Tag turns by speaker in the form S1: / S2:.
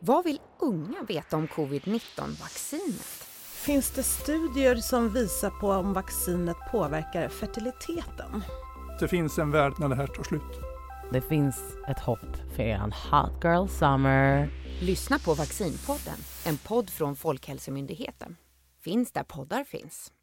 S1: Vad vill unga veta om covid-19-vaccinet?
S2: Finns det studier som visar på om vaccinet påverkar fertiliteten?
S3: Det finns en värld när det här tar slut.
S4: Det finns ett hopp för eran hot girl summer.
S1: Lyssna på Vaccinpodden, en podd från Folkhälsomyndigheten. Finns där poddar finns.